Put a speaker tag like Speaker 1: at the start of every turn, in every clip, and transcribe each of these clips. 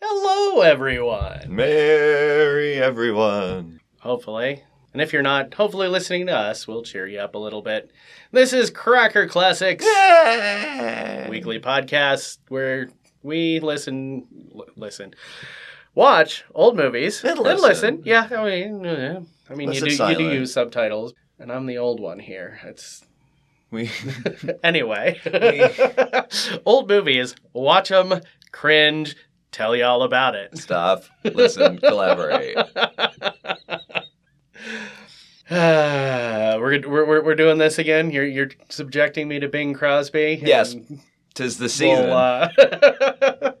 Speaker 1: Hello, everyone.
Speaker 2: Merry everyone.
Speaker 1: Hopefully. And if you're not, hopefully listening to us, we'll cheer you up a little bit. This is Cracker Classics
Speaker 2: Weekly.
Speaker 1: weekly podcast where we listen, l- listen, watch old movies
Speaker 2: And listen.
Speaker 1: Yeah, I mean, eh, I mean, you
Speaker 2: Listen
Speaker 1: do you
Speaker 2: silent.
Speaker 1: do use subtitles, and I'm the old one here. It's
Speaker 2: We
Speaker 1: anyway. old movies, watch them, cringe, tell you all about it.
Speaker 2: stop, listen, collaborate.
Speaker 1: Ah, we're, gonna- we're we're we're doing this again. You're you're subjecting me to Bing Crosby.
Speaker 2: Yes,
Speaker 1: and uh,
Speaker 2: Tis the
Speaker 1: we'll,
Speaker 2: season.
Speaker 1: uh,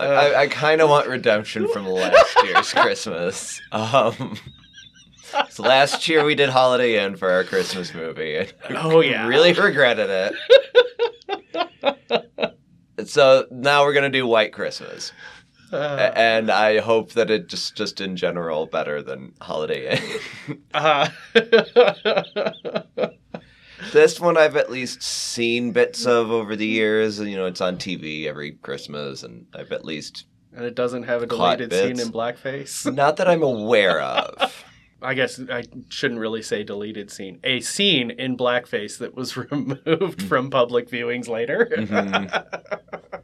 Speaker 2: I, I, I kind of want redemption from last year's Christmas. Um, so last year we did Holiday Inn for our Christmas movie. and
Speaker 1: oh yeah,
Speaker 2: Really regretted it. so now we're gonna do White Christmas,
Speaker 1: Uh,
Speaker 2: A- and I hope that it just just in general better than Holiday Inn.
Speaker 1: uh,
Speaker 2: This one I've at least seen bits of over the years. You know, it's on TV every Christmas, and I've at least
Speaker 1: and it doesn't have a
Speaker 2: Caught
Speaker 1: deleted scene
Speaker 2: bits.
Speaker 1: in blackface.
Speaker 2: not that I'm aware of.
Speaker 1: I guess I shouldn't really say deleted scene. A scene in blackface that was removed
Speaker 2: Hmm.
Speaker 1: from public viewings later.
Speaker 2: Mhm.
Speaker 1: Uh,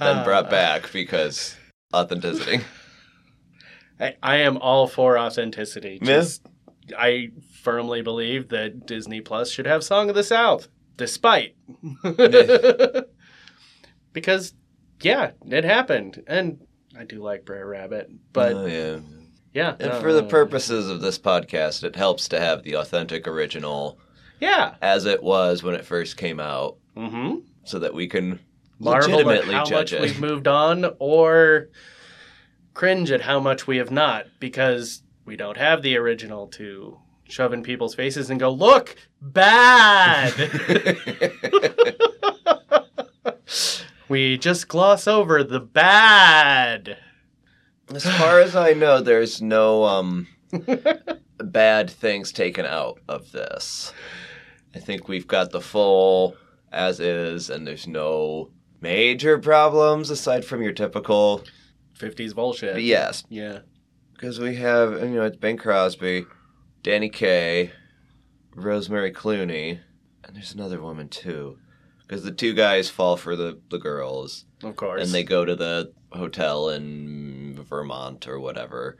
Speaker 2: Then brought back because authenticity.
Speaker 1: I, I am all for authenticity.
Speaker 2: Yeah.
Speaker 1: Just, I firmly believe that Disney Plus should have Song of the South, despite. because, yeah, it happened. And I do like Brer Rabbit, but
Speaker 2: Oh, yeah.
Speaker 1: yeah. Uh,
Speaker 2: And
Speaker 1: no,
Speaker 2: for the
Speaker 1: no, no.
Speaker 2: purposes of this podcast, it helps to have the authentic original
Speaker 1: Yeah.
Speaker 2: as it was when it first came out,
Speaker 1: Mm-hmm.
Speaker 2: so that we can
Speaker 1: Marvel at
Speaker 2: legitimately
Speaker 1: how much
Speaker 2: judge it.
Speaker 1: we've moved on or cringe at how much we have not because we don't have the original to shove in people's faces and go, look, bad. We just gloss over the bad.
Speaker 2: as far as I know, there's no um, bad things taken out of this. I think we've got the full as is, and there's no major problems aside from your typical.
Speaker 1: 50s bullshit.
Speaker 2: But yes,
Speaker 1: Yeah.
Speaker 2: Because we have, you know, it's Ben Crosby, Danny Kaye, Rosemary Clooney, and there's another woman too. Because the two guys fall for the, the girls,
Speaker 1: Of course.
Speaker 2: and they go to the hotel in Vermont or whatever.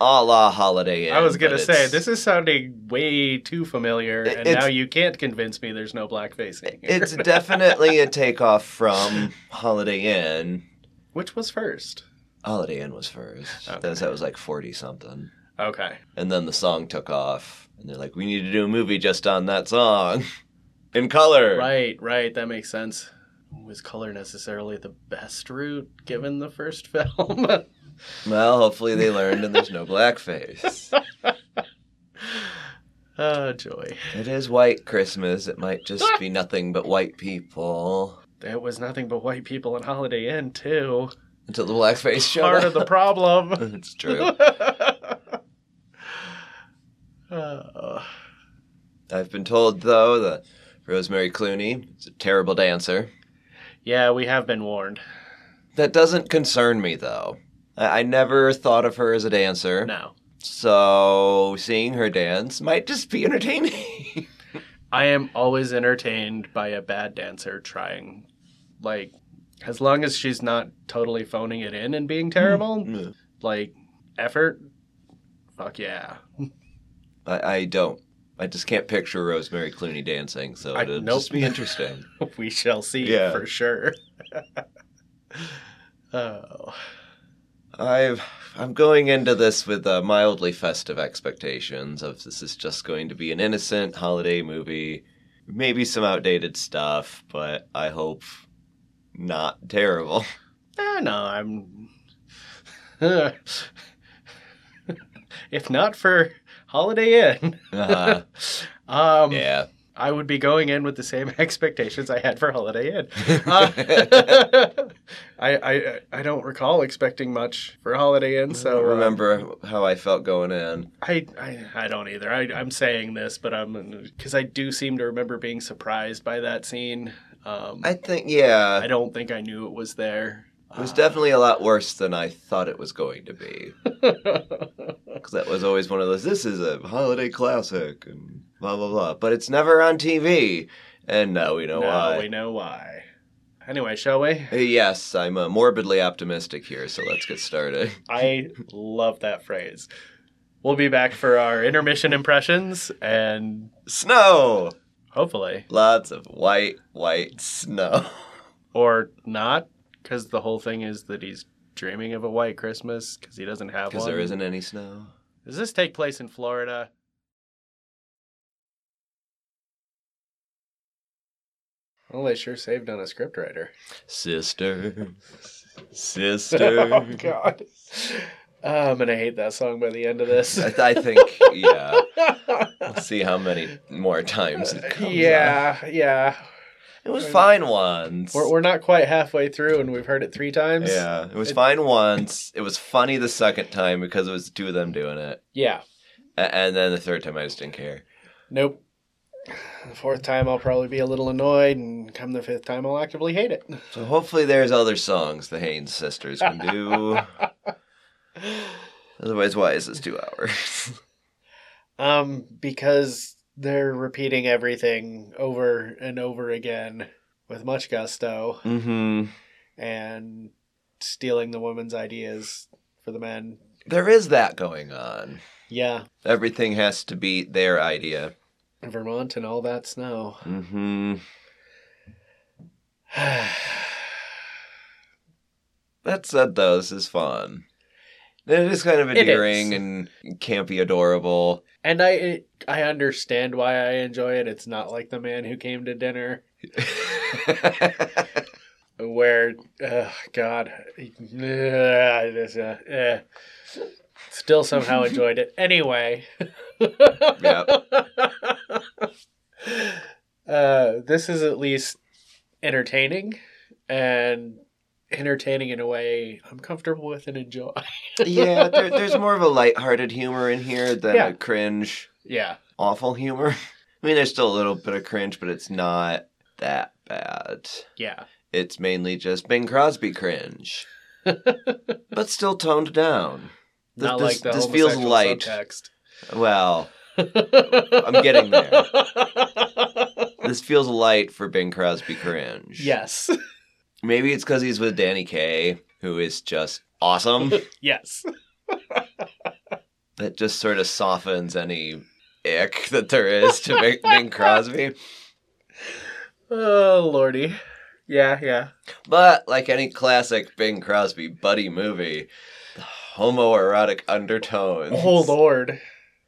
Speaker 2: a la Holiday Inn.
Speaker 1: I was going to
Speaker 2: but
Speaker 1: say,
Speaker 2: it's-
Speaker 1: this is sounding way too familiar,
Speaker 2: It-
Speaker 1: and
Speaker 2: it's-
Speaker 1: now you can't convince me there's no blackface in here.
Speaker 2: It's definitely a takeoff from Holiday Inn.
Speaker 1: Which was first?
Speaker 2: Holiday Inn was first.
Speaker 1: Okay.
Speaker 2: That's, that was like 40 something.
Speaker 1: Okay.
Speaker 2: And then the song took off. And they're like, we need to do a movie just on that song in color.
Speaker 1: Right, right. That makes sense. Was color necessarily the best route given the first film?
Speaker 2: Well, hopefully they learned and there's no blackface.
Speaker 1: oh, joy.
Speaker 2: It is white Christmas. It might just be nothing but white people
Speaker 1: It was nothing but white people in Holiday Inn, too.
Speaker 2: until the blackface showed
Speaker 1: Part of the
Speaker 2: up.
Speaker 1: problem.
Speaker 2: it's true.
Speaker 1: Uh,
Speaker 2: I've been told, though, that Rosemary Clooney is a terrible dancer.
Speaker 1: yeah, we have been warned.
Speaker 2: That doesn't concern me, though. I, I never thought of her as a dancer.
Speaker 1: No.
Speaker 2: So seeing her dance might just be entertaining.
Speaker 1: I am always entertained by a bad dancer trying. Like, as long as she's not totally phoning it in and being terrible, like, effort, fuck yeah.
Speaker 2: I, I don't. I just can't picture Rosemary Clooney dancing, so
Speaker 1: I-
Speaker 2: it'll
Speaker 1: nope.
Speaker 2: just be interesting.
Speaker 1: We shall see
Speaker 2: Yeah.
Speaker 1: for sure. oh.
Speaker 2: I've I'm going into this with uh, mildly festive expectations of this is just going to be an innocent holiday movie, maybe some outdated stuff, but I hope not terrible.
Speaker 1: Ah, no, I'm. if not for Holiday Inn, Uh-huh.
Speaker 2: Uh,
Speaker 1: um,
Speaker 2: yeah,
Speaker 1: I would be going in with the same expectations I had for Holiday Inn. Uh, I, I I don't recall expecting much for Holiday Inn, so
Speaker 2: I
Speaker 1: uh,
Speaker 2: don't remember how I felt going in.
Speaker 1: I, I I don't either. I, I'm saying this, but I'm because I do seem to remember being surprised by that scene. Um,
Speaker 2: I think, yeah.
Speaker 1: I don't think I knew it was there.
Speaker 2: It was
Speaker 1: Uh,
Speaker 2: definitely a lot worse than I thought it was going to be. Because that was always one of those, this is a holiday classic and blah, blah, blah. But it's never on TV. And now we know
Speaker 1: now
Speaker 2: why.
Speaker 1: we know why. Anyway, shall we?
Speaker 2: Uh, Yes, I'm uh, morbidly optimistic here, so let's get started.
Speaker 1: I love that phrase. We'll be back for our intermission impressions and
Speaker 2: Snow!
Speaker 1: hopefully,
Speaker 2: Lots of white, white snow.
Speaker 1: or not, because the whole thing is that he's dreaming of a white Christmas because he doesn't have
Speaker 2: Because
Speaker 1: one.
Speaker 2: there isn't any snow.
Speaker 1: Does this take place in Florida? Well, they sure saved on a scriptwriter.
Speaker 2: Sister. Sister.
Speaker 1: Oh, God. I'm going to Um, hate that song by the end of this.
Speaker 2: I, th- I think, yeah. We'll see how many more times it comes. up.
Speaker 1: yeah, yeah.
Speaker 2: It was fine once.
Speaker 1: We're, we're not quite halfway through and we've heard it three times.
Speaker 2: Yeah, it was
Speaker 1: It-
Speaker 2: fine once. It was funny the second time because it was the two of them doing it,
Speaker 1: Yeah.
Speaker 2: A- and then the third time I just didn't care.
Speaker 1: Nope. The fourth time I'll probably be a little annoyed, and come the fifth time I'll actively hate it.
Speaker 2: So hopefully there's other songs the Haynes sisters can do. Otherwise, why is this two hours?
Speaker 1: Um, because they're repeating everything over and over again with much gusto
Speaker 2: mm-hmm.
Speaker 1: and stealing the woman's ideas for the men.
Speaker 2: There is that going on.
Speaker 1: Yeah,
Speaker 2: Everything has to be their idea.
Speaker 1: Vermont and all that snow.
Speaker 2: Mm-hmm. That said, though, this is fun. It is kind of
Speaker 1: It is.
Speaker 2: endearing and campy, adorable.
Speaker 1: and I I understand why I enjoy it. It's not like the man who came to dinner where uh, God, I just, uh, eh. still somehow enjoyed it anyway. Uh, this is at least entertaining, and entertaining in a way I'm comfortable with and enjoy.
Speaker 2: yeah, there, there's more of a lighthearted humor in here than
Speaker 1: Yeah.
Speaker 2: a cringe,
Speaker 1: Yeah,
Speaker 2: awful humor. I mean, there's still a little bit of cringe, but it's not that bad.
Speaker 1: yeah,
Speaker 2: It's mainly just Bing Crosby cringe, but still toned down. This,
Speaker 1: not
Speaker 2: this,
Speaker 1: like the
Speaker 2: this feels
Speaker 1: homosexual
Speaker 2: light.
Speaker 1: subtext.
Speaker 2: Well, I'm getting there. this feels light for Bing Crosby cringe.
Speaker 1: Yes,
Speaker 2: Maybe it's because he's with Danny Kaye, who is just awesome.
Speaker 1: yes.
Speaker 2: that just sort of softens any ick that there is to Bing, Bing Crosby.
Speaker 1: Oh lordy, yeah, yeah.
Speaker 2: But like any classic Bing Crosby buddy movie, the homoerotic undertones.
Speaker 1: Oh lord,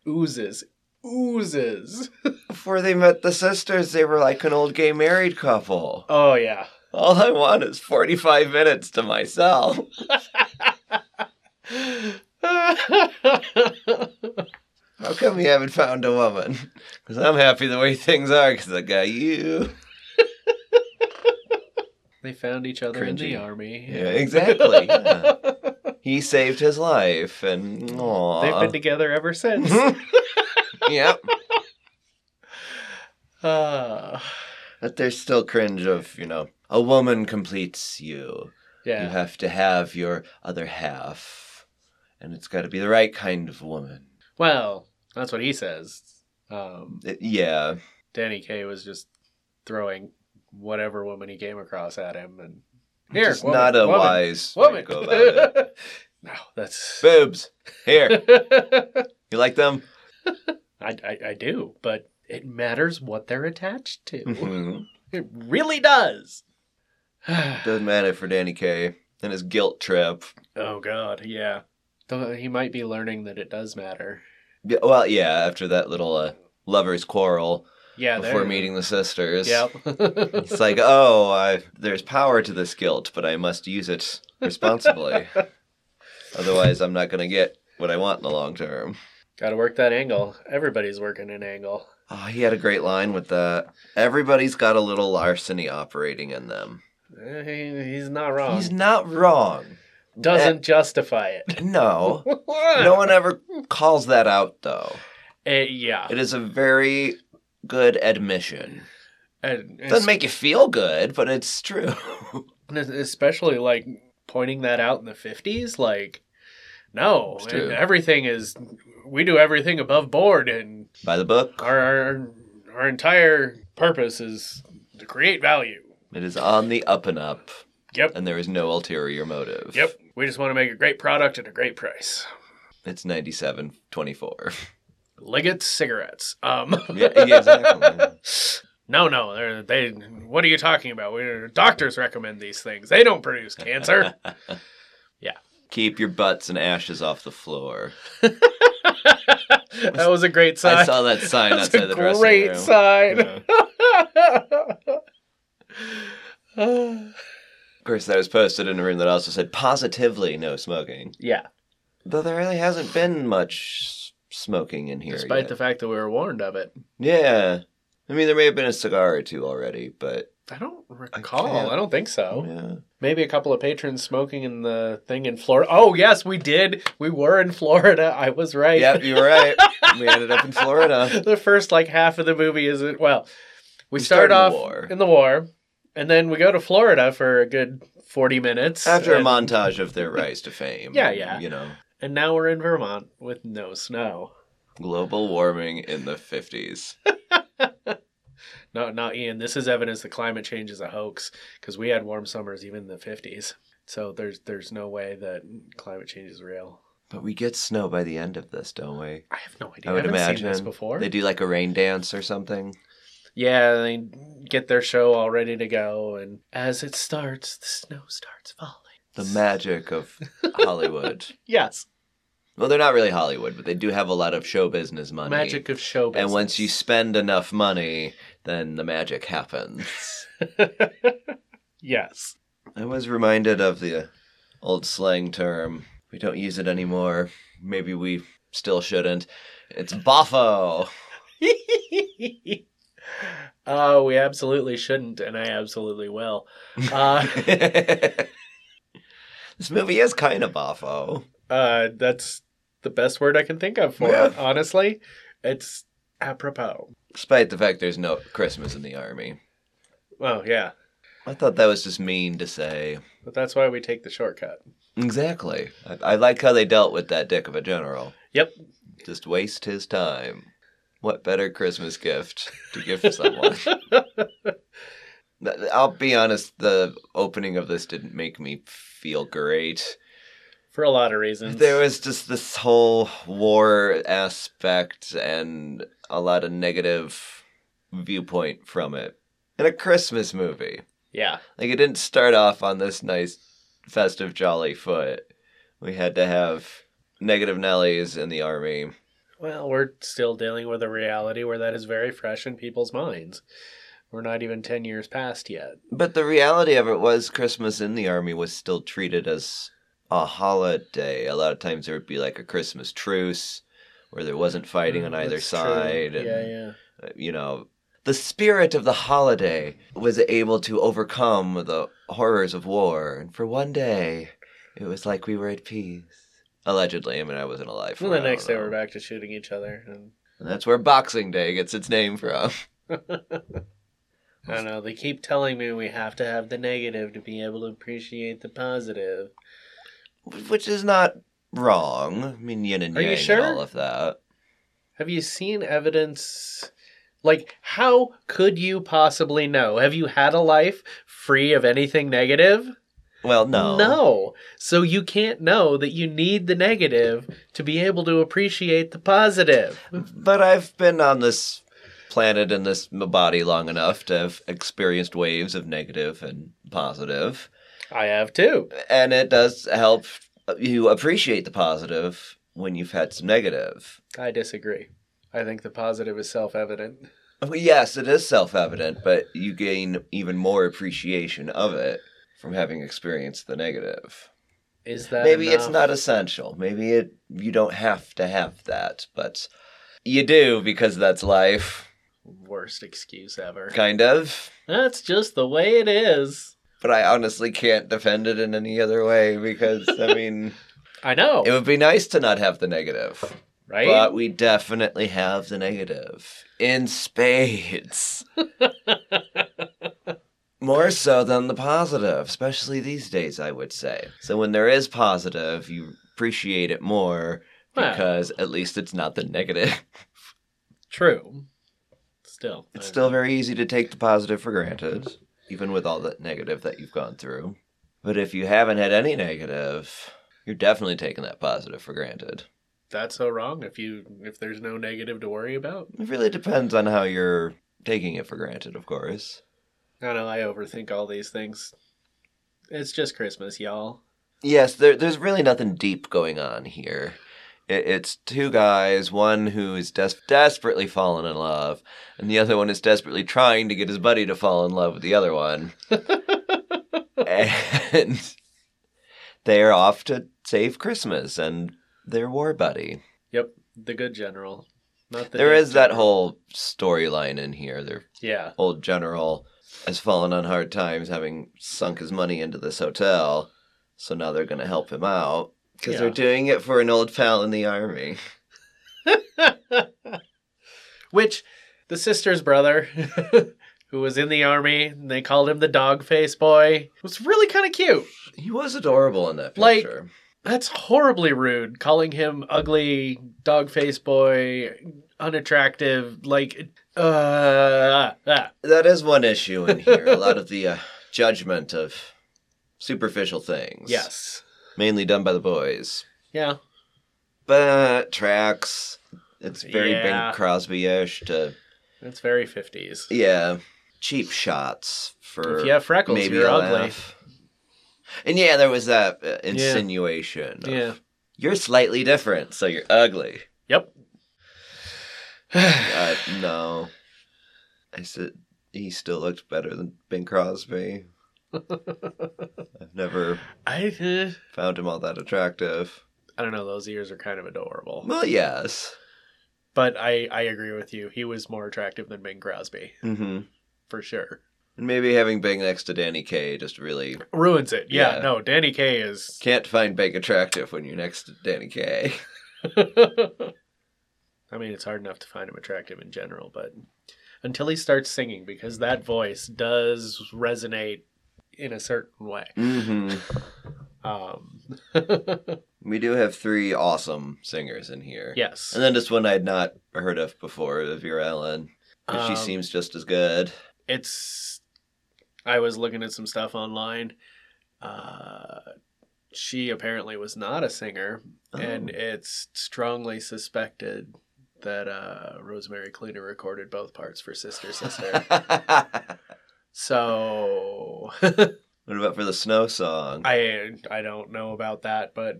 Speaker 1: oozes, oozes.
Speaker 2: Before they met the sisters, they were like an old gay married couple.
Speaker 1: Oh yeah.
Speaker 2: All I want is 45 minutes to myself. How come you haven't found a woman? Because I'm happy the way things are because I got you.
Speaker 1: they found each other in the
Speaker 2: Cringy.
Speaker 1: army.
Speaker 2: Yeah, exactly. yeah. He saved his life and
Speaker 1: They've
Speaker 2: aww.
Speaker 1: been together ever since.
Speaker 2: yep.
Speaker 1: Ah.
Speaker 2: But there's still cringe of, you know, a woman completes you. You
Speaker 1: yeah.
Speaker 2: have to have your other half. And it's got to be the right kind of woman.
Speaker 1: Well, that's what he says. Um,
Speaker 2: It- yeah.
Speaker 1: Danny Kaye was just throwing whatever woman he came across at him, and here,
Speaker 2: Just
Speaker 1: woman,
Speaker 2: not a
Speaker 1: woman,
Speaker 2: wise way
Speaker 1: woman.
Speaker 2: to go about it.
Speaker 1: no, that's.
Speaker 2: Boobs. Here.
Speaker 1: I,
Speaker 2: You like them?
Speaker 1: I I do, but it matters what they're attached to.
Speaker 2: Mhm.
Speaker 1: it really does.
Speaker 2: Doesn't matter for Danny Kaye and his guilt trip.
Speaker 1: Oh God, yeah. Though he might be learning that it does matter.
Speaker 2: Yeah, well, yeah, after that little uh, lover's quarrel
Speaker 1: Yeah,
Speaker 2: before
Speaker 1: there-
Speaker 2: meeting the sisters.
Speaker 1: Yep.
Speaker 2: It's like, oh, I, there's power to this guilt, but I must use it responsibly. Otherwise, I'm not going to get what I want in the long term.
Speaker 1: Got to work that angle. Everybody's working an angle.
Speaker 2: Oh, he had a great line with that. Everybody's got a little larceny operating in them.
Speaker 1: Eh, he- He's not wrong.
Speaker 2: He's not wrong.
Speaker 1: Doesn't justify it.
Speaker 2: No. No one ever calls that out, though.
Speaker 1: Eh, yeah.
Speaker 2: It is a very good admission.
Speaker 1: And
Speaker 2: Doesn't make you feel good, but it's true.
Speaker 1: es- especially like pointing that out in the 50s, like, no,
Speaker 2: It's
Speaker 1: and
Speaker 2: true.
Speaker 1: everything is, we do everything above board, and
Speaker 2: By the book,
Speaker 1: our, our, our entire purpose is to create value.
Speaker 2: it is on the up and up,
Speaker 1: Yep.
Speaker 2: and there is no ulterior motive.
Speaker 1: Yep. We just want to make a great product at a great price.
Speaker 2: It's 9724.
Speaker 1: Liggett cigarettes. Um,
Speaker 2: yeah, yeah, exactly.
Speaker 1: no, no, they're, they. What are you talking about? we doctors recommend these things. They don't produce cancer.
Speaker 2: Keep your butts and ashes off the floor.
Speaker 1: that was a great sign.
Speaker 2: I saw that sign
Speaker 1: That's
Speaker 2: outside
Speaker 1: a
Speaker 2: the dressing
Speaker 1: great
Speaker 2: room.
Speaker 1: sign.
Speaker 2: Yeah. Of course, that was posted in a room that also said positively no smoking.
Speaker 1: yeah,
Speaker 2: Though there really hasn't been much s- smoking in here.
Speaker 1: despite
Speaker 2: yet.
Speaker 1: the fact that we were warned of it.
Speaker 2: yeah, I mean there may have been a cigar or two already, but
Speaker 1: I don't recall.
Speaker 2: can't-
Speaker 1: I, don't think so.
Speaker 2: yeah.
Speaker 1: Maybe a couple of patrons smoking in the thing in Florida. Oh, yes, we did. We were in Florida. I was right.
Speaker 2: Yep, you were right. we ended up in Florida.
Speaker 1: the first like half of the movie is it well we,
Speaker 2: We
Speaker 1: start
Speaker 2: start in the
Speaker 1: off
Speaker 2: war.
Speaker 1: in the war and then we go to florida for a good 40 minutes
Speaker 2: After a
Speaker 1: and,
Speaker 2: montage of their rise to fame.
Speaker 1: Yeah, yeah.
Speaker 2: You know,
Speaker 1: and now we're in vermont with no snow
Speaker 2: global warming in the 50s.
Speaker 1: no not ian this is evidence that climate change is a hoax because we had warm summers even in the 50s so there's there's no way that climate change is real
Speaker 2: But we get snow by the end of this, don't we?
Speaker 1: i have no idea
Speaker 2: I would
Speaker 1: haven't
Speaker 2: imagine.
Speaker 1: seen this before
Speaker 2: They do like a rain dance or something.
Speaker 1: yeah they get their show all ready to go and as it starts the snow starts falling
Speaker 2: The magic of Hollywood.
Speaker 1: yes
Speaker 2: well, they're not really Hollywood, but they do have a lot of show business money.
Speaker 1: magic of show
Speaker 2: And once
Speaker 1: business.
Speaker 2: you spend enough money, then the magic happens.
Speaker 1: yes
Speaker 2: I was reminded of the uh, old slang term. We don't use it anymore. Maybe we still shouldn't. It's boffo.
Speaker 1: Oh, we absolutely shouldn't, and I absolutely will. Uh,
Speaker 2: this movie is kind of boffo.
Speaker 1: uh, that's the best word I can think of for it.
Speaker 2: Yeah.
Speaker 1: Honestly, it's apropos.
Speaker 2: Despite the fact there's no Christmas in the army.
Speaker 1: Oh yeah,
Speaker 2: I thought that was just mean to say.
Speaker 1: but that's why we take the shortcut.
Speaker 2: Exactly. I, I like how they dealt with that dick of a general.
Speaker 1: Yep.
Speaker 2: Just waste his time. What better Christmas gift to give to someone? Th- I'll be honest, the opening of this didn't make me feel great.
Speaker 1: For a lot of reasons.
Speaker 2: There was just this whole war aspect and a lot of negative viewpoint from it. In a Christmas movie.
Speaker 1: yeah.
Speaker 2: Like it didn't start off on this nice festive jolly foot. We had to have negative Nellies in the army.
Speaker 1: Well, we're still dealing with a reality where that is very fresh in people's minds. We're not even ten years past yet.
Speaker 2: But the reality of it was Christmas in the army was still treated as a holiday. A lot of times there would be like a Christmas truce where there wasn't fighting on either
Speaker 1: Mm, That's true.
Speaker 2: side. and-
Speaker 1: Yeah, yeah.
Speaker 2: you know, the spirit of the holiday was able to overcome the horrors of war, and for one day, it was like we were at peace. Allegedly, I mean, I wasn't alive. For
Speaker 1: Well, the
Speaker 2: it, I
Speaker 1: next day
Speaker 2: don't know.
Speaker 1: we're back to shooting each other, and
Speaker 2: And that's where Boxing Day gets its name from.
Speaker 1: I don't know. They keep telling me we have to have the negative to be able to appreciate the positive.
Speaker 2: Which is not wrong. I mean, yin and
Speaker 1: Are you
Speaker 2: yang
Speaker 1: sure?
Speaker 2: and all of that.
Speaker 1: Have you seen evidence? Like, how could you possibly know? Have you had a life free of anything negative?
Speaker 2: Well, no.
Speaker 1: No. So you can't know that you need the negative to be able to appreciate the positive.
Speaker 2: But I've been on this planet and this body long enough to have experienced waves of negative and positive.
Speaker 1: I have too.
Speaker 2: and it does help you appreciate the positive when you've had some negative.
Speaker 1: I disagree. I think the positive is self evident.
Speaker 2: Well, Yes, it is self evident, but you gain even more appreciation of it from having experienced the negative.
Speaker 1: Is that
Speaker 2: Maybe it's
Speaker 1: enough?
Speaker 2: not essential. Maybe it you don't have to have that, but you do because that's life,
Speaker 1: worst excuse ever?
Speaker 2: kind of.
Speaker 1: That's just the way it is.
Speaker 2: But I honestly can't defend it in any other way because I mean,
Speaker 1: I know.
Speaker 2: it would be nice to not have the negative.
Speaker 1: right?
Speaker 2: But we definitely have the negative in spades. More so than the positive, especially these days, I would say. So when there is positive, you appreciate it more
Speaker 1: Well.
Speaker 2: because at least it's not the negative.
Speaker 1: True. Still.
Speaker 2: It's
Speaker 1: I-
Speaker 2: still very easy to take the positive for granted, even with all that negative that you've gone through. But if you haven't had any negative, you're definitely taking that positive for granted.
Speaker 1: that's so wrong if you if there's no negative to worry about.
Speaker 2: It really depends on how you're taking it for granted, of course.
Speaker 1: I know I overthink all these things. It's just Christmas, y'all.
Speaker 2: Yes, there, there's really nothing deep going on here. It, it's two guys, one who is des- desperately fallen in love, and the other one is desperately trying to get his buddy to fall in love with the other one. and they are off to save Christmas and their war buddy.
Speaker 1: Yep, the good general. Not the
Speaker 2: there
Speaker 1: dead
Speaker 2: is that
Speaker 1: general.
Speaker 2: whole storyline in here. Their
Speaker 1: Yeah.
Speaker 2: old general has fallen on hard times, having sunk his money into this hotel. So now they're going to help him out because
Speaker 1: Yeah.
Speaker 2: they're doing it for an old pal in the army.
Speaker 1: Which the sister's brother who was in the army and they called him the dog face boy was really kind of cute.
Speaker 2: He was adorable in that
Speaker 1: Like-
Speaker 2: picture.
Speaker 1: That's horribly rude calling him ugly dog face boy, unattractive, like uh ah, ah.
Speaker 2: that is one issue in here. a lot of the uh, judgment of superficial things.
Speaker 1: yes.
Speaker 2: Mainly done by the boys.
Speaker 1: Yeah.
Speaker 2: But tracks. It's very
Speaker 1: Yeah.
Speaker 2: Bing Crosby ish to,
Speaker 1: That's very 50s.
Speaker 2: yeah, cheap shots for.
Speaker 1: If you have freckles,
Speaker 2: maybe
Speaker 1: you're
Speaker 2: a
Speaker 1: ugly.
Speaker 2: laugh. And yeah, there was that uh, insinuation. of,
Speaker 1: Yeah.
Speaker 2: You're slightly different, so you're ugly.
Speaker 1: Yep.
Speaker 2: Uh, no. I said he still looked better than Bing Crosby. I've never
Speaker 1: I uh,
Speaker 2: found him all that attractive.
Speaker 1: I don't know, those ears are kind of adorable.
Speaker 2: Well, yes.
Speaker 1: But I I agree with you. He was more attractive than Bing Crosby,
Speaker 2: Mm-hmm.
Speaker 1: for sure.
Speaker 2: And maybe having Bing next to Danny Kaye just really
Speaker 1: Ruins it. Yeah,
Speaker 2: Yeah.
Speaker 1: no, Danny Kaye is
Speaker 2: can't find Bing attractive when you're next to Danny Kaye.
Speaker 1: I mean, it's hard enough to find him attractive in general, but until he starts singing, because that voice does resonate in a certain way.
Speaker 2: Mm-hmm.
Speaker 1: Um,
Speaker 2: We do have three awesome singers in here.
Speaker 1: yes.
Speaker 2: And then just one I'd not heard of before, the Vera Ellen. And she
Speaker 1: Um,
Speaker 2: seems just as good.
Speaker 1: it's i was looking at some stuff online uh she apparently was not a singer and
Speaker 2: Oh.
Speaker 1: it's strongly suspected that uh rosemary clooney recorded both parts for sister sister
Speaker 2: what
Speaker 1: so
Speaker 2: about for the snow song?
Speaker 1: i i don't know about that but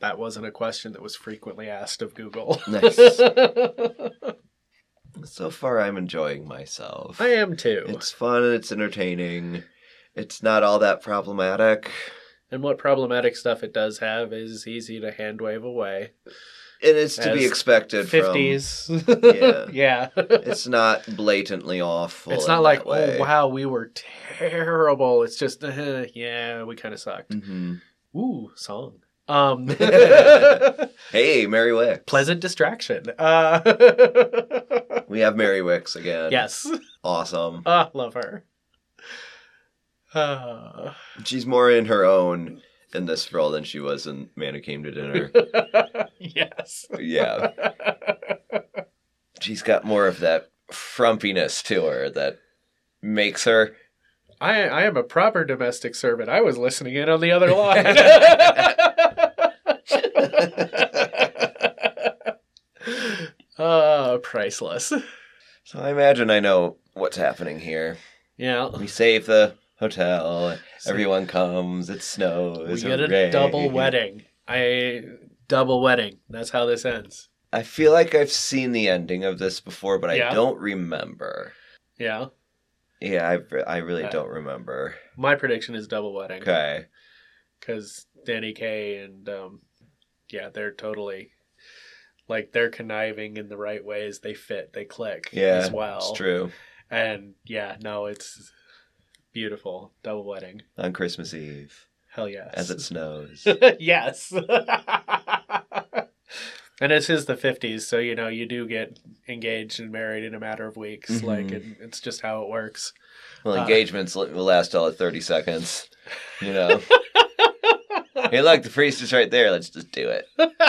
Speaker 1: that wasn't a question that was frequently asked of google
Speaker 2: Nice. so far, I'm enjoying myself.
Speaker 1: i am too
Speaker 2: It's fun and it's entertaining. It's not all that problematic.
Speaker 1: and what problematic stuff it does have is easy to hand wave away
Speaker 2: And it's to be
Speaker 1: As
Speaker 2: expected from.
Speaker 1: 50s. yeah.
Speaker 2: It's not blatantly awful.
Speaker 1: It's
Speaker 2: in
Speaker 1: not like,
Speaker 2: that way.
Speaker 1: oh, wow, we were terrible. It's just, uh, yeah, we kind of sucked.
Speaker 2: Mhm.
Speaker 1: Ooh, song. Um,
Speaker 2: Hey, Mary Wicks.
Speaker 1: pleasant distraction. Uh,
Speaker 2: We have Mary Wicks again.
Speaker 1: yes.
Speaker 2: Awesome.
Speaker 1: Ah, love her. Uh,
Speaker 2: She's more in her own in this role than she was in Man Who Came to Dinner.
Speaker 1: yes.
Speaker 2: yeah. She's got more of that frumpiness to her that makes her.
Speaker 1: I, I am a proper domestic servant. I was listening in on the other line. uh, priceless.
Speaker 2: So I imagine I know what's happening here.
Speaker 1: Yeah.
Speaker 2: We save the hotel. Everyone comes. It snows.
Speaker 1: we get
Speaker 2: hooray.
Speaker 1: a double wedding. I double wedding. That's how this ends.
Speaker 2: I feel like I've seen the ending of this before, but
Speaker 1: Yeah.
Speaker 2: I don't remember.
Speaker 1: Yeah.
Speaker 2: Yeah, I, I really
Speaker 1: Yeah.
Speaker 2: don't remember.
Speaker 1: My prediction is double wedding
Speaker 2: Okay.
Speaker 1: because Danny Kaye and um, yeah, they're totally like they're conniving in the right ways. They fit. They click.
Speaker 2: Yeah,
Speaker 1: as well.
Speaker 2: It's true.
Speaker 1: And yeah, no, it's beautiful. Double wedding.
Speaker 2: On Christmas Eve,
Speaker 1: Hell yes.
Speaker 2: as it snows.
Speaker 1: yes. And this is the 50s, so you know, you do get engaged and married in a matter of weeks.
Speaker 2: Mhm.
Speaker 1: Like, it, it's just how it works.
Speaker 2: Well,
Speaker 1: Uh,
Speaker 2: engagements li- will last all of 30 seconds. You know? hey, look, the priest is right there. Let's just do it.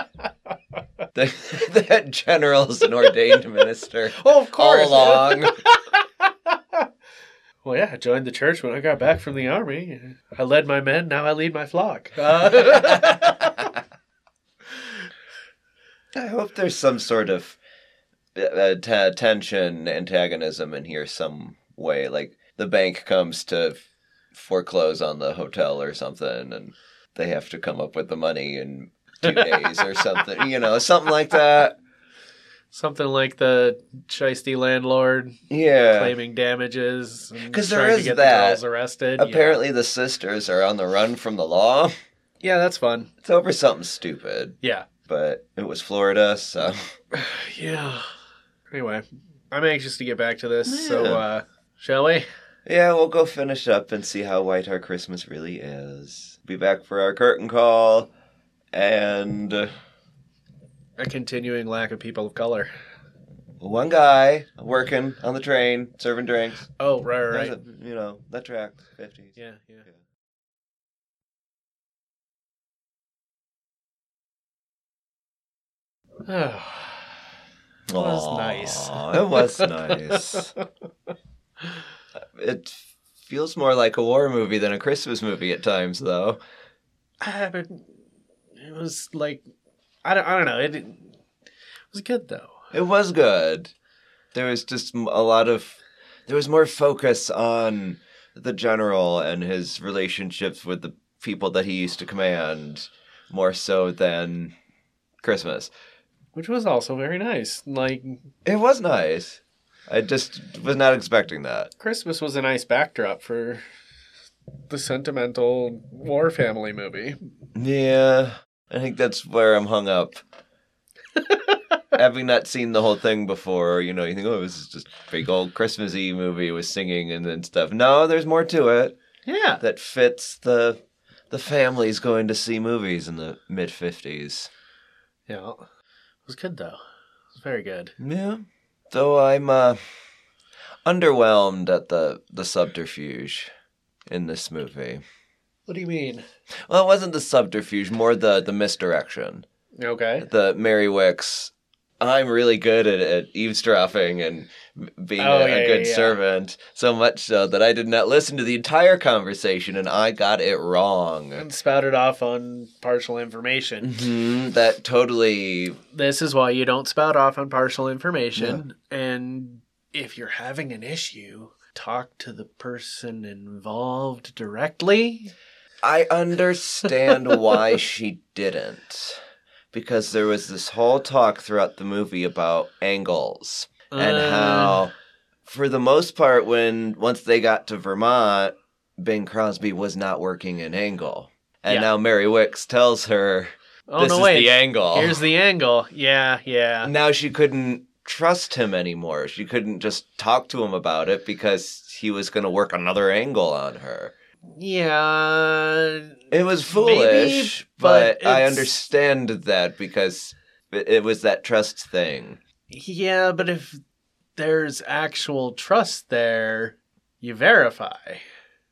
Speaker 2: The, that general's an ordained minister.
Speaker 1: Oh, of
Speaker 2: All along.
Speaker 1: Well, yeah, I joined the church when I got back from the army. I led my men, now I lead my flock.
Speaker 2: I hope there's some sort of uh, uh, t- tension, antagonism in here some way. Like the bank comes to foreclose on the hotel or something, and they have to come up with the money in two days or something. You know, something like that.
Speaker 1: Something like the shisty landlord
Speaker 2: Yeah.
Speaker 1: claiming damages and
Speaker 2: 'Cause there
Speaker 1: trying to
Speaker 2: is
Speaker 1: get
Speaker 2: that.
Speaker 1: the girls arrested.
Speaker 2: Apparently, the sisters are on the run from the law.
Speaker 1: yeah. yeah, that's fun.
Speaker 2: It's over something stupid,
Speaker 1: Yeah,
Speaker 2: but it was Florida, so.
Speaker 1: yeah. Anyway, I'm anxious to get back to this. So,
Speaker 2: Yeah.
Speaker 1: uh, shall we?
Speaker 2: Yeah, we'll go finish up and see how white our Christmas really is. Be back for our curtain call and uh,
Speaker 1: A continuing lack of people of color.
Speaker 2: one guy working on the train, serving drinks.
Speaker 1: Oh, right, right, right.
Speaker 2: That was a- you know, that track, 50s.
Speaker 1: Yeah, yeah. That was
Speaker 2: Aw,
Speaker 1: nice.
Speaker 2: It was nice. it feels more like a war movie than a Christmas movie at times, though.
Speaker 1: Ah, but it was like I don't, I don't know. It, it was good though.
Speaker 2: It was good. There was just m- a lot of. There was more focus on the general and his relationships with the people that he used to command, more so than Christmas.
Speaker 1: Which was also very nice. Like
Speaker 2: It was nice. I just was not expecting that.
Speaker 1: Christmas was a nice backdrop for the sentimental war family movie.
Speaker 2: Yeah, I think that's where I'm hung up. Having not seen the whole thing before, you know, you think, oh, this is just a big old Christmassy movie with singing and then stuff. No, there's more to it.
Speaker 1: Yeah.
Speaker 2: that fits the the families going to see movies in the mid fifties.
Speaker 1: Yeah. It was good though. It was very good.
Speaker 2: Yeah. So I'm uh underwhelmed at the the subterfuge in this movie.
Speaker 1: What do you mean?
Speaker 2: Well, it wasn't the subterfuge, more the the misdirection.
Speaker 1: Okay.
Speaker 2: The Mary Wicks I'm really good at, at eavesdropping and being
Speaker 1: Oh,
Speaker 2: a,
Speaker 1: yeah,
Speaker 2: a good
Speaker 1: yeah, yeah.
Speaker 2: servant, so much so that I did not listen to the entire conversation and I got it wrong.
Speaker 1: And spouted off on partial information.
Speaker 2: Mhm, that totally
Speaker 1: This is why you don't spout off on partial information. And if you're having an issue, talk to the person involved directly.
Speaker 2: I understand why she didn't. Because there was this whole talk throughout the movie about angles and
Speaker 1: Uh,
Speaker 2: how, for the most part, when once they got to Vermont, Bing Crosby was not working an angle. And
Speaker 1: Yeah.
Speaker 2: now Mary Wicks tells her,
Speaker 1: Oh
Speaker 2: This
Speaker 1: no!
Speaker 2: is
Speaker 1: Wait.
Speaker 2: the angle.
Speaker 1: Here's the angle. Yeah, yeah.
Speaker 2: now she couldn't trust him anymore. She couldn't just talk to him about it because he was going to work another angle on her.
Speaker 1: Yeah.
Speaker 2: It was foolish,
Speaker 1: but
Speaker 2: but, I
Speaker 1: it's-
Speaker 2: understand that because it, it was that trust thing.
Speaker 1: Yeah, but if there's actual trust there, you verify.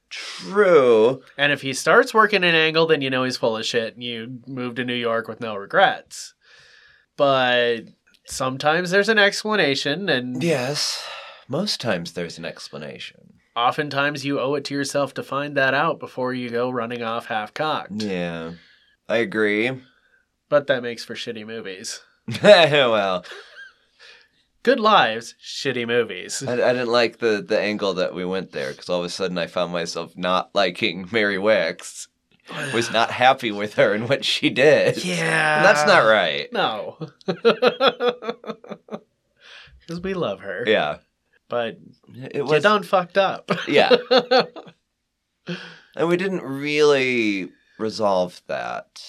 Speaker 2: True.
Speaker 1: And if he starts working an angle, then you know he's full of shit and you move to New York with no regrets. But sometimes there's an explanation, and
Speaker 2: Yes. Most times there's an explanation.
Speaker 1: oftentimes you owe it to yourself to find that out before you go running off half cocked.
Speaker 2: Yeah. I agree.
Speaker 1: But that makes for shitty movies.
Speaker 2: well,
Speaker 1: Good lives, shitty movies.
Speaker 2: I, I didn't like the, the angle that we went there because all of a sudden I found myself not liking Mary Wicks, was not happy with her and what she did.
Speaker 1: Yeah.
Speaker 2: And that's not right.
Speaker 1: No. Because we love her.
Speaker 2: Yeah.
Speaker 1: But
Speaker 2: It
Speaker 1: you
Speaker 2: was.
Speaker 1: done fucked up.
Speaker 2: Yeah. And we didn't really resolve that.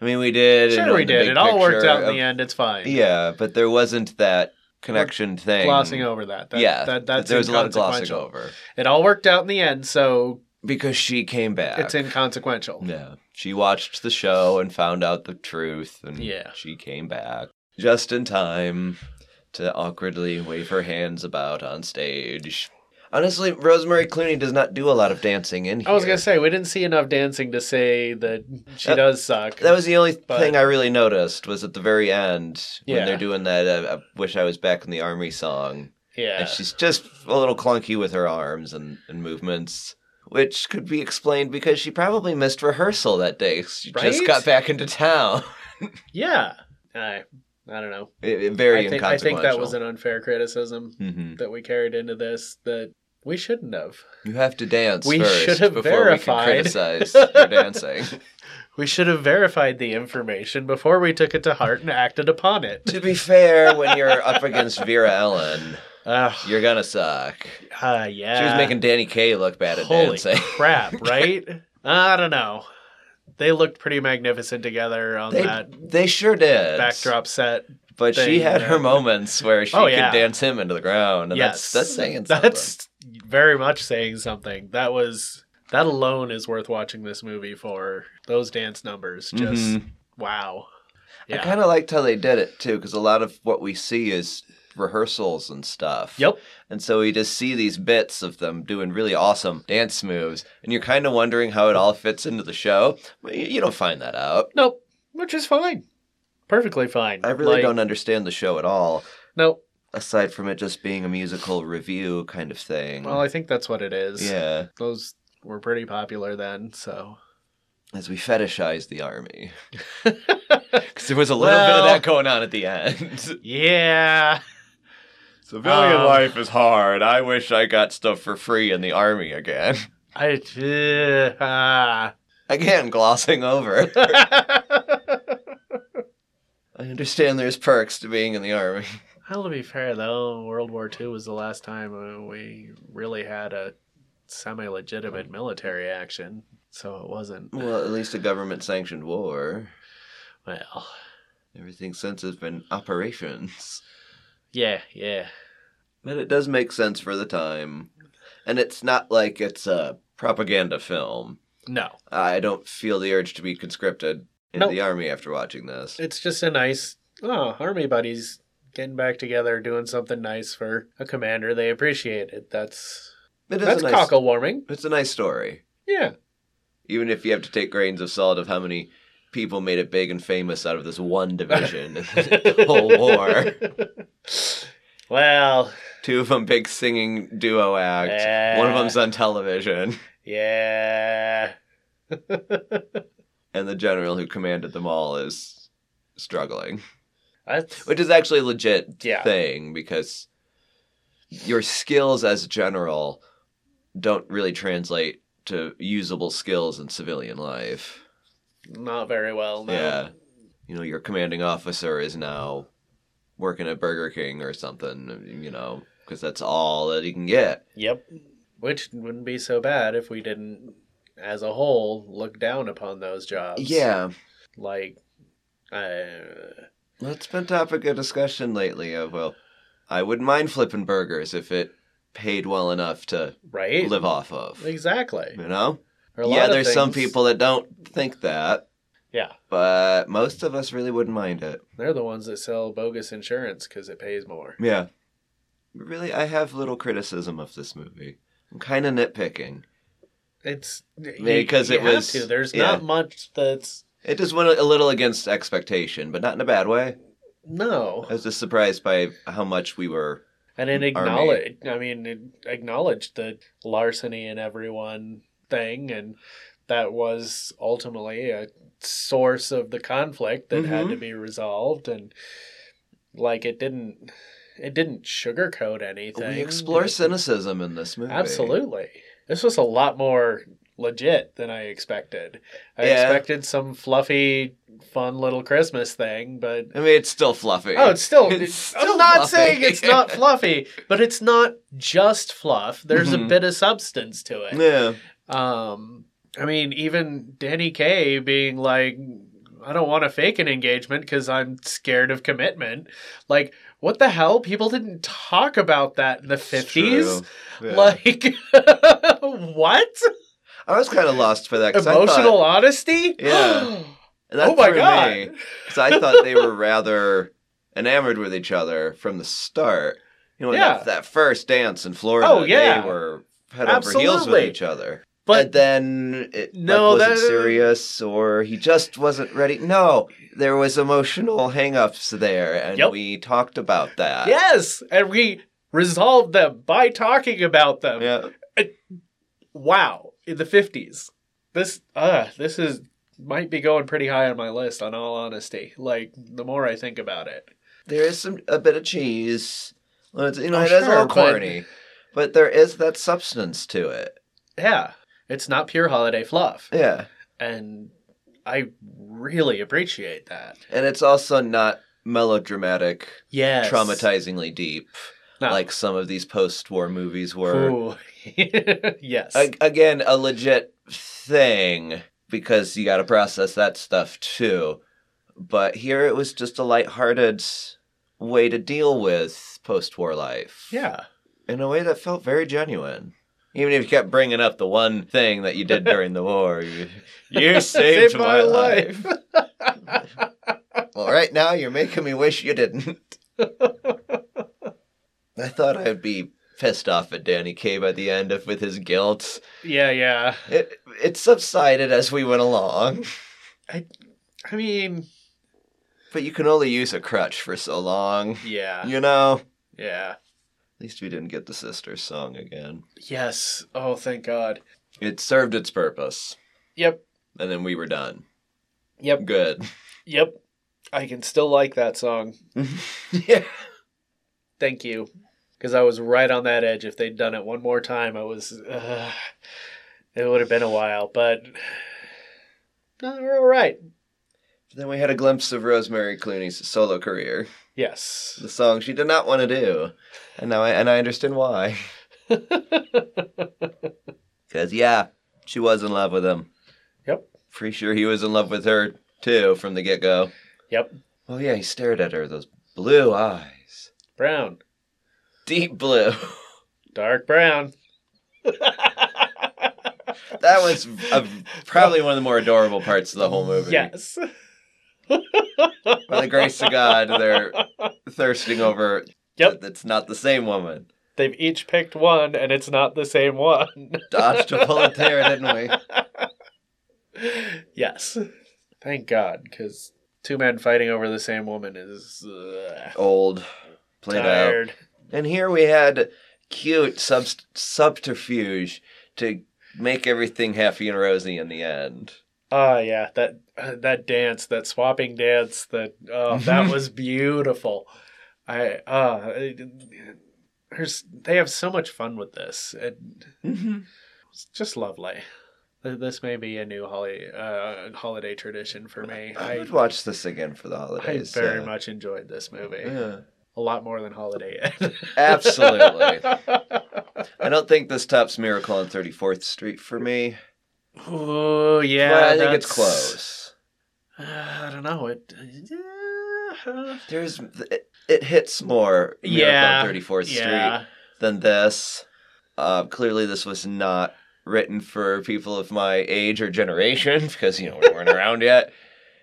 Speaker 2: I mean, we did.
Speaker 1: sure,
Speaker 2: and
Speaker 1: we
Speaker 2: on the
Speaker 1: did.
Speaker 2: big
Speaker 1: It all worked
Speaker 2: picture
Speaker 1: out in
Speaker 2: of-
Speaker 1: the end. It's fine.
Speaker 2: Yeah, but there wasn't that connection thing.
Speaker 1: Glossing over that. that
Speaker 2: yeah,
Speaker 1: That, that's
Speaker 2: there was a lot of glossing
Speaker 1: inconsequential.
Speaker 2: over
Speaker 1: It all worked out in the end, so
Speaker 2: because she came back.
Speaker 1: it's inconsequential.
Speaker 2: yeah, she watched the show and found out the truth, and
Speaker 1: Yeah.
Speaker 2: she came back. just in time to awkwardly wave her hands about on stage. Honestly, Rosemary Clooney does not do a lot of dancing in here.
Speaker 1: I was gonna say we didn't see enough dancing to say that she
Speaker 2: That-
Speaker 1: does suck.
Speaker 2: That was the only
Speaker 1: But-
Speaker 2: thing I really noticed was at the very end
Speaker 1: Yeah.
Speaker 2: when they're doing that uh, "I Wish I Was Back in the Army" song,
Speaker 1: yeah.
Speaker 2: and she's just a little clunky with her arms and, and movements, which could be explained because she probably missed rehearsal that day. 'cause She just
Speaker 1: Right?
Speaker 2: got back into town.
Speaker 1: yeah. I I don't know.
Speaker 2: It- it- very
Speaker 1: I think I think
Speaker 2: inconsequential.
Speaker 1: that was an unfair criticism
Speaker 2: hmm
Speaker 1: that we carried into this that we shouldn't have.
Speaker 2: You have to dance
Speaker 1: We
Speaker 2: first
Speaker 1: should have
Speaker 2: before
Speaker 1: verified.
Speaker 2: we can criticize your dancing.
Speaker 1: We should have verified the information before we took it to heart and acted upon it.
Speaker 2: to be fair, when you're up against Vera Ellen,
Speaker 1: Uh,
Speaker 2: you're gonna suck.
Speaker 1: uh, yeah.
Speaker 2: She was making Danny Kaye look bad at
Speaker 1: Holy
Speaker 2: dancing.
Speaker 1: crap, right? I don't know. They looked pretty magnificent together on
Speaker 2: They,
Speaker 1: that
Speaker 2: they sure did.
Speaker 1: backdrop set.
Speaker 2: But she
Speaker 1: thing,
Speaker 2: had her
Speaker 1: yeah.
Speaker 2: moments where she
Speaker 1: Oh,
Speaker 2: could
Speaker 1: yeah.
Speaker 2: dance him into the ground. And
Speaker 1: yes,
Speaker 2: that's, that's saying something.
Speaker 1: That's very much saying something. That was that alone is worth watching this movie for those dance numbers. Just
Speaker 2: Mhm.
Speaker 1: wow.
Speaker 2: I
Speaker 1: Yeah.
Speaker 2: kind of liked how they did it, too, because a lot of what we see is rehearsals and stuff.
Speaker 1: yep.
Speaker 2: And so we just see these bits of them doing really awesome dance moves. And you're kind of wondering how it all fits into the show. But you, you don't find that out.
Speaker 1: Nope. Which is fine. Perfectly fine.
Speaker 2: I really
Speaker 1: Like,
Speaker 2: don't understand the show at all,
Speaker 1: Nope.
Speaker 2: aside from it just being a musical review kind of thing.
Speaker 1: Well, I think that's what it is.
Speaker 2: yeah,
Speaker 1: Those were pretty popular then, so
Speaker 2: as we fetishize the army. Because there was a little bit
Speaker 1: Well-
Speaker 2: of that going on at the end.
Speaker 1: yeah.
Speaker 2: Civilian
Speaker 1: Um,
Speaker 2: life is hard. I wish I got stuff for free in the army again.
Speaker 1: I uh, ah.
Speaker 2: Again, glossing over.
Speaker 1: uh,
Speaker 2: I understand there's perks to being in the army.
Speaker 1: well, to be fair though, World War II was the last time uh, we really had a semi-legitimate military action, so it wasn't.
Speaker 2: Well, at least a government sanctioned war.
Speaker 1: Well,
Speaker 2: Everything since has been operations.
Speaker 1: yeah, yeah,
Speaker 2: But it does make sense for the time. And it's not like it's a propaganda film.
Speaker 1: no,
Speaker 2: I don't feel the urge to be conscripted into
Speaker 1: Nope.
Speaker 2: the army after watching this.
Speaker 1: it's just a nice oh army buddies getting back together, doing something nice for a commander they appreciate it. That's
Speaker 2: It is
Speaker 1: that's
Speaker 2: a nice,
Speaker 1: cockle warming.
Speaker 2: It's a nice story.
Speaker 1: Yeah,
Speaker 2: even if you have to take grains of salt of how many people made it big and famous out of this one division in the whole war.
Speaker 1: Well,
Speaker 2: Two of them big singing duo act.
Speaker 1: Yeah.
Speaker 2: One of them's on television,
Speaker 1: yeah.
Speaker 2: and the general who commanded them all is struggling,
Speaker 1: That's,
Speaker 2: which is actually a legit
Speaker 1: Yeah.
Speaker 2: thing because your skills as a general don't really translate to usable skills in civilian life.
Speaker 1: Not very well. No.
Speaker 2: Yeah. You know, your commanding officer is now working at Burger King or something, you know, because that's all that he can get.
Speaker 1: Yep. Which wouldn't be so bad if we didn't, as a whole, look down upon those jobs.
Speaker 2: Yeah.
Speaker 1: Like, uh,
Speaker 2: That's been topic of discussion lately of, well, I wouldn't mind flipping burgers if it paid well enough to
Speaker 1: right?
Speaker 2: live off of.
Speaker 1: Exactly.
Speaker 2: You know?
Speaker 1: Or a lot
Speaker 2: Yeah,
Speaker 1: of
Speaker 2: there's some
Speaker 1: things-
Speaker 2: people that don't think that,
Speaker 1: Yeah.
Speaker 2: but most of us really wouldn't mind it.
Speaker 1: They're the ones that sell bogus insurance because it pays more.
Speaker 2: Yeah. Really, I have little criticism of this movie. I'm kind of nitpicking.
Speaker 1: It's
Speaker 2: Because
Speaker 1: you
Speaker 2: it
Speaker 1: have
Speaker 2: was-
Speaker 1: to. There's
Speaker 2: yeah.
Speaker 1: not much that's
Speaker 2: It just went a little against expectation, but not in a bad way.
Speaker 1: no,
Speaker 2: I was just surprised by how much we were.
Speaker 1: and it
Speaker 2: Army.
Speaker 1: acknowledge. I mean, it acknowledged the larceny and everyone thing, and that was ultimately a source of the conflict that had
Speaker 2: Mhm.
Speaker 1: to be resolved, and like it didn't, it didn't sugarcoat anything.
Speaker 2: We explore
Speaker 1: It-
Speaker 2: cynicism in this movie.
Speaker 1: Absolutely, this was a lot more legit than I expected. I
Speaker 2: Yeah.
Speaker 1: expected some fluffy, fun little Christmas thing, but
Speaker 2: I mean, it's still fluffy.
Speaker 1: Oh, it's still.
Speaker 2: It's
Speaker 1: it's-
Speaker 2: still
Speaker 1: I'm not
Speaker 2: fluffy.
Speaker 1: saying it's not fluffy, but it's not just fluff. There's
Speaker 2: Mhm.
Speaker 1: a bit of substance to it.
Speaker 2: yeah.
Speaker 1: Um, I mean, even Danny Kaye being like, "I don't want to fake an engagement because I'm scared of commitment." Like, what the hell? People didn't talk about that in the fifties.
Speaker 2: True. Yeah.
Speaker 1: Like, what?
Speaker 2: I was kind of lost for that. 'cause I thought-
Speaker 1: Emotional honesty?
Speaker 2: Yeah. and that
Speaker 1: oh my
Speaker 2: threw
Speaker 1: god.
Speaker 2: me, 'cause I thought they were rather enamored with each other from the start. You know,
Speaker 1: Yeah.
Speaker 2: that, that first dance in Florida,
Speaker 1: Oh, yeah.
Speaker 2: they were head over heels with
Speaker 1: Absolutely.
Speaker 2: each other. But
Speaker 1: But
Speaker 2: then, it,
Speaker 1: No,
Speaker 2: like, was it
Speaker 1: that- uh,
Speaker 2: serious or he just wasn't ready? No, there was emotional hangups there, and
Speaker 1: Yep.
Speaker 2: we talked about that.
Speaker 1: yes, and we resolved them by talking about them.
Speaker 2: Yeah.
Speaker 1: Wow, in the fifties, this uh, this is might be going pretty high on my list. On all honesty, like the more I think about it,
Speaker 2: There is some a bit of cheese. Well, it's- You know,
Speaker 1: Oh,
Speaker 2: it is a little
Speaker 1: sure, but-
Speaker 2: corny, but there is that substance to it.
Speaker 1: yeah, it's not pure holiday fluff,
Speaker 2: Yeah.
Speaker 1: and I really appreciate that.
Speaker 2: And it's also not melodramatic,
Speaker 1: Yes,
Speaker 2: traumatizingly deep,
Speaker 1: No.
Speaker 2: like some of these post war movies were.
Speaker 1: Ooh. yes,
Speaker 2: A- again, a legit thing because you got to process that stuff too. But here it was just a lighthearted way to deal with post war life.
Speaker 1: yeah,
Speaker 2: In a way that felt very genuine. Even if you kept bringing up the one thing that you did during the war, you, you saved,
Speaker 1: Saved
Speaker 2: my,
Speaker 1: my
Speaker 2: life. well, right now you're making me wish you didn't. I thought I'd be pissed off at Danny Kaye by the end of with his guilt.
Speaker 1: yeah, yeah.
Speaker 2: It it subsided as we went along,
Speaker 1: I mean,
Speaker 2: but you can only use a crutch for so long.
Speaker 1: yeah,
Speaker 2: You know.
Speaker 1: yeah.
Speaker 2: At least we didn't get the sister song again.
Speaker 1: Yes. Oh, thank God.
Speaker 2: It served its purpose,
Speaker 1: Yep.
Speaker 2: and then we were done.
Speaker 1: Yep.
Speaker 2: Good.
Speaker 1: Yep. I can still like that song.
Speaker 2: yeah.
Speaker 1: Thank you. Because I was right on that edge. If they'd done it one more time, I was. Uh, it would have been a while, but. No, we're all right.
Speaker 2: Then we had a glimpse of Rosemary Clooney's solo career,
Speaker 1: Yes.
Speaker 2: the song she did not want to do, and now I, and I understand why. Cause yeah, she was in love with him.
Speaker 1: Yep.
Speaker 2: Pretty sure he was in love with her too from the get go.
Speaker 1: Yep.
Speaker 2: Oh yeah, he stared at her with those blue eyes,
Speaker 1: Brown.
Speaker 2: deep blue.
Speaker 1: Dark brown.
Speaker 2: That was a, probably one of the more adorable parts of the whole movie.
Speaker 1: Yes.
Speaker 2: By the grace of God, they're thirsting over.
Speaker 1: Yep.
Speaker 2: It's not the same woman.
Speaker 1: They've each picked one, and it's not the same one.
Speaker 2: Dodged a bullet there, didn't we?
Speaker 1: yes. Thank God, because two men fighting over the same woman is uh,
Speaker 2: Old, played out.
Speaker 1: tired.
Speaker 2: And here we had cute subst- subterfuge to make everything happy and rosy in the end.
Speaker 1: Oh yeah, that uh, that dance, that swapping dance, that oh, that was beautiful. I uh, it- there's they have so much fun with this. It, Mm-hmm. it's just lovely. Th- This may be a new holi- uh, holiday tradition for me.
Speaker 2: I
Speaker 1: I,
Speaker 2: would watch this again for the
Speaker 1: I
Speaker 2: holidays.
Speaker 1: very
Speaker 2: yeah.
Speaker 1: much enjoyed this movie.
Speaker 2: Yeah.
Speaker 1: A lot more than Holiday Inn.
Speaker 2: Absolutely. I don't think this tops Miracle on 34th Street for me.
Speaker 1: Oh yeah,
Speaker 2: but I think it's
Speaker 1: that's-
Speaker 2: close.
Speaker 1: Uh, I don't know. It. uh, Yeah.
Speaker 2: There's it, it hits more Miracle
Speaker 1: Yeah.
Speaker 2: on 34th Street
Speaker 1: yeah.
Speaker 2: than this. Uh, clearly, this was not written for people of my age or generation because you know we weren't around yet.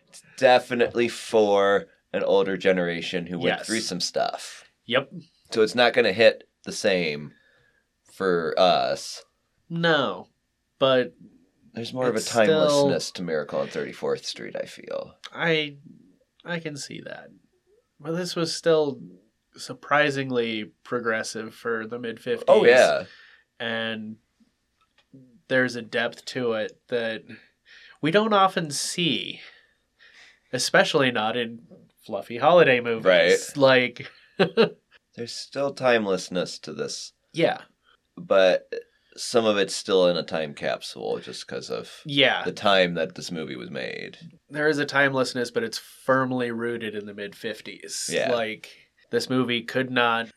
Speaker 2: It's definitely for an older generation who went
Speaker 1: Yes.
Speaker 2: through some stuff.
Speaker 1: Yep.
Speaker 2: So it's not going to hit the same for us.
Speaker 1: No, but
Speaker 2: There's more
Speaker 1: It's
Speaker 2: of a
Speaker 1: still-
Speaker 2: timelessness to Miracle on 34th Street. I feel.
Speaker 1: I, I can see that. But this was still surprisingly progressive for the mid fifties.
Speaker 2: Oh yeah,
Speaker 1: and there's a depth to it that we don't often see, especially not in fluffy holiday movies.
Speaker 2: Right.
Speaker 1: Like,
Speaker 2: there's still timelessness to this,
Speaker 1: yeah,
Speaker 2: but some of it's still in a time capsule just because of
Speaker 1: yeah.
Speaker 2: the time that this movie was made.
Speaker 1: there is a timelessness, but it's firmly rooted in the mid 50s.
Speaker 2: Yeah.
Speaker 1: Like, this movie could not,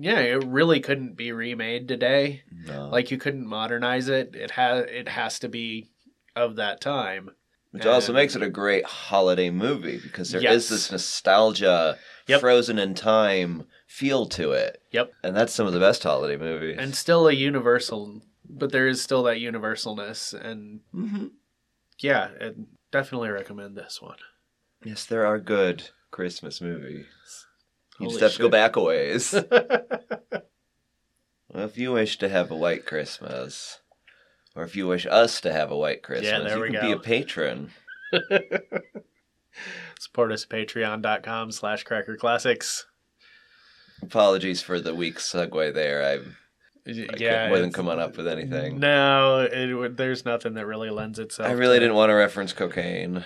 Speaker 1: yeah, it really couldn't be remade today.
Speaker 2: No.
Speaker 1: Like, you couldn't modernize it. It, ha- it has to be of that time.
Speaker 2: Which also
Speaker 1: And-
Speaker 2: makes it a great holiday movie because there is
Speaker 1: uh, Yes.
Speaker 2: this nostalgia,
Speaker 1: Yep.
Speaker 2: frozen in time feel to it.
Speaker 1: Yep.
Speaker 2: And that's some of the best holiday movies.
Speaker 1: And still a universal, but there is still that universalness. And
Speaker 2: Mhm.
Speaker 1: yeah, I'd definitely recommend this one.
Speaker 2: yes, there are good Christmas movie. You
Speaker 1: Holy
Speaker 2: just have to go
Speaker 1: shit.
Speaker 2: back a ways. Well, if you wish to have a white Christmas, or if you wish us to have a white Christmas,
Speaker 1: there
Speaker 2: you
Speaker 1: we
Speaker 2: can be
Speaker 1: go.
Speaker 2: a patron.
Speaker 1: Support us at patreon.com slash cracker classics.
Speaker 2: Apologies for the weak segue there. I, I
Speaker 1: Yeah.
Speaker 2: wasn't
Speaker 1: it's-
Speaker 2: coming up with anything.
Speaker 1: No, it, would- there's nothing that really lends itself.
Speaker 2: I really
Speaker 1: to-
Speaker 2: didn't want to reference cocaine.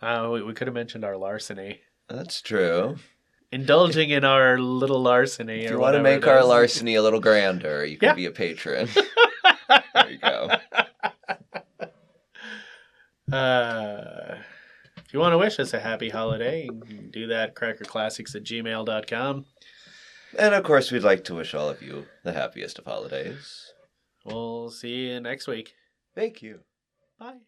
Speaker 1: Oh, we, we could have mentioned our larceny.
Speaker 2: That's true.
Speaker 1: Indulging in our little larceny.
Speaker 2: If
Speaker 1: or
Speaker 2: you want to
Speaker 1: whatever
Speaker 2: make
Speaker 1: it
Speaker 2: our
Speaker 1: is.
Speaker 2: larceny a little grander, you can
Speaker 1: Yeah.
Speaker 2: be a patron. there you go.
Speaker 1: Uh, if you want to wish us a happy holiday, you can do that crackerclassics at gmail.com.
Speaker 2: And of course, we'd like to wish all of you the happiest of holidays.
Speaker 1: We'll see you next week.
Speaker 2: Thank you.
Speaker 1: Bye.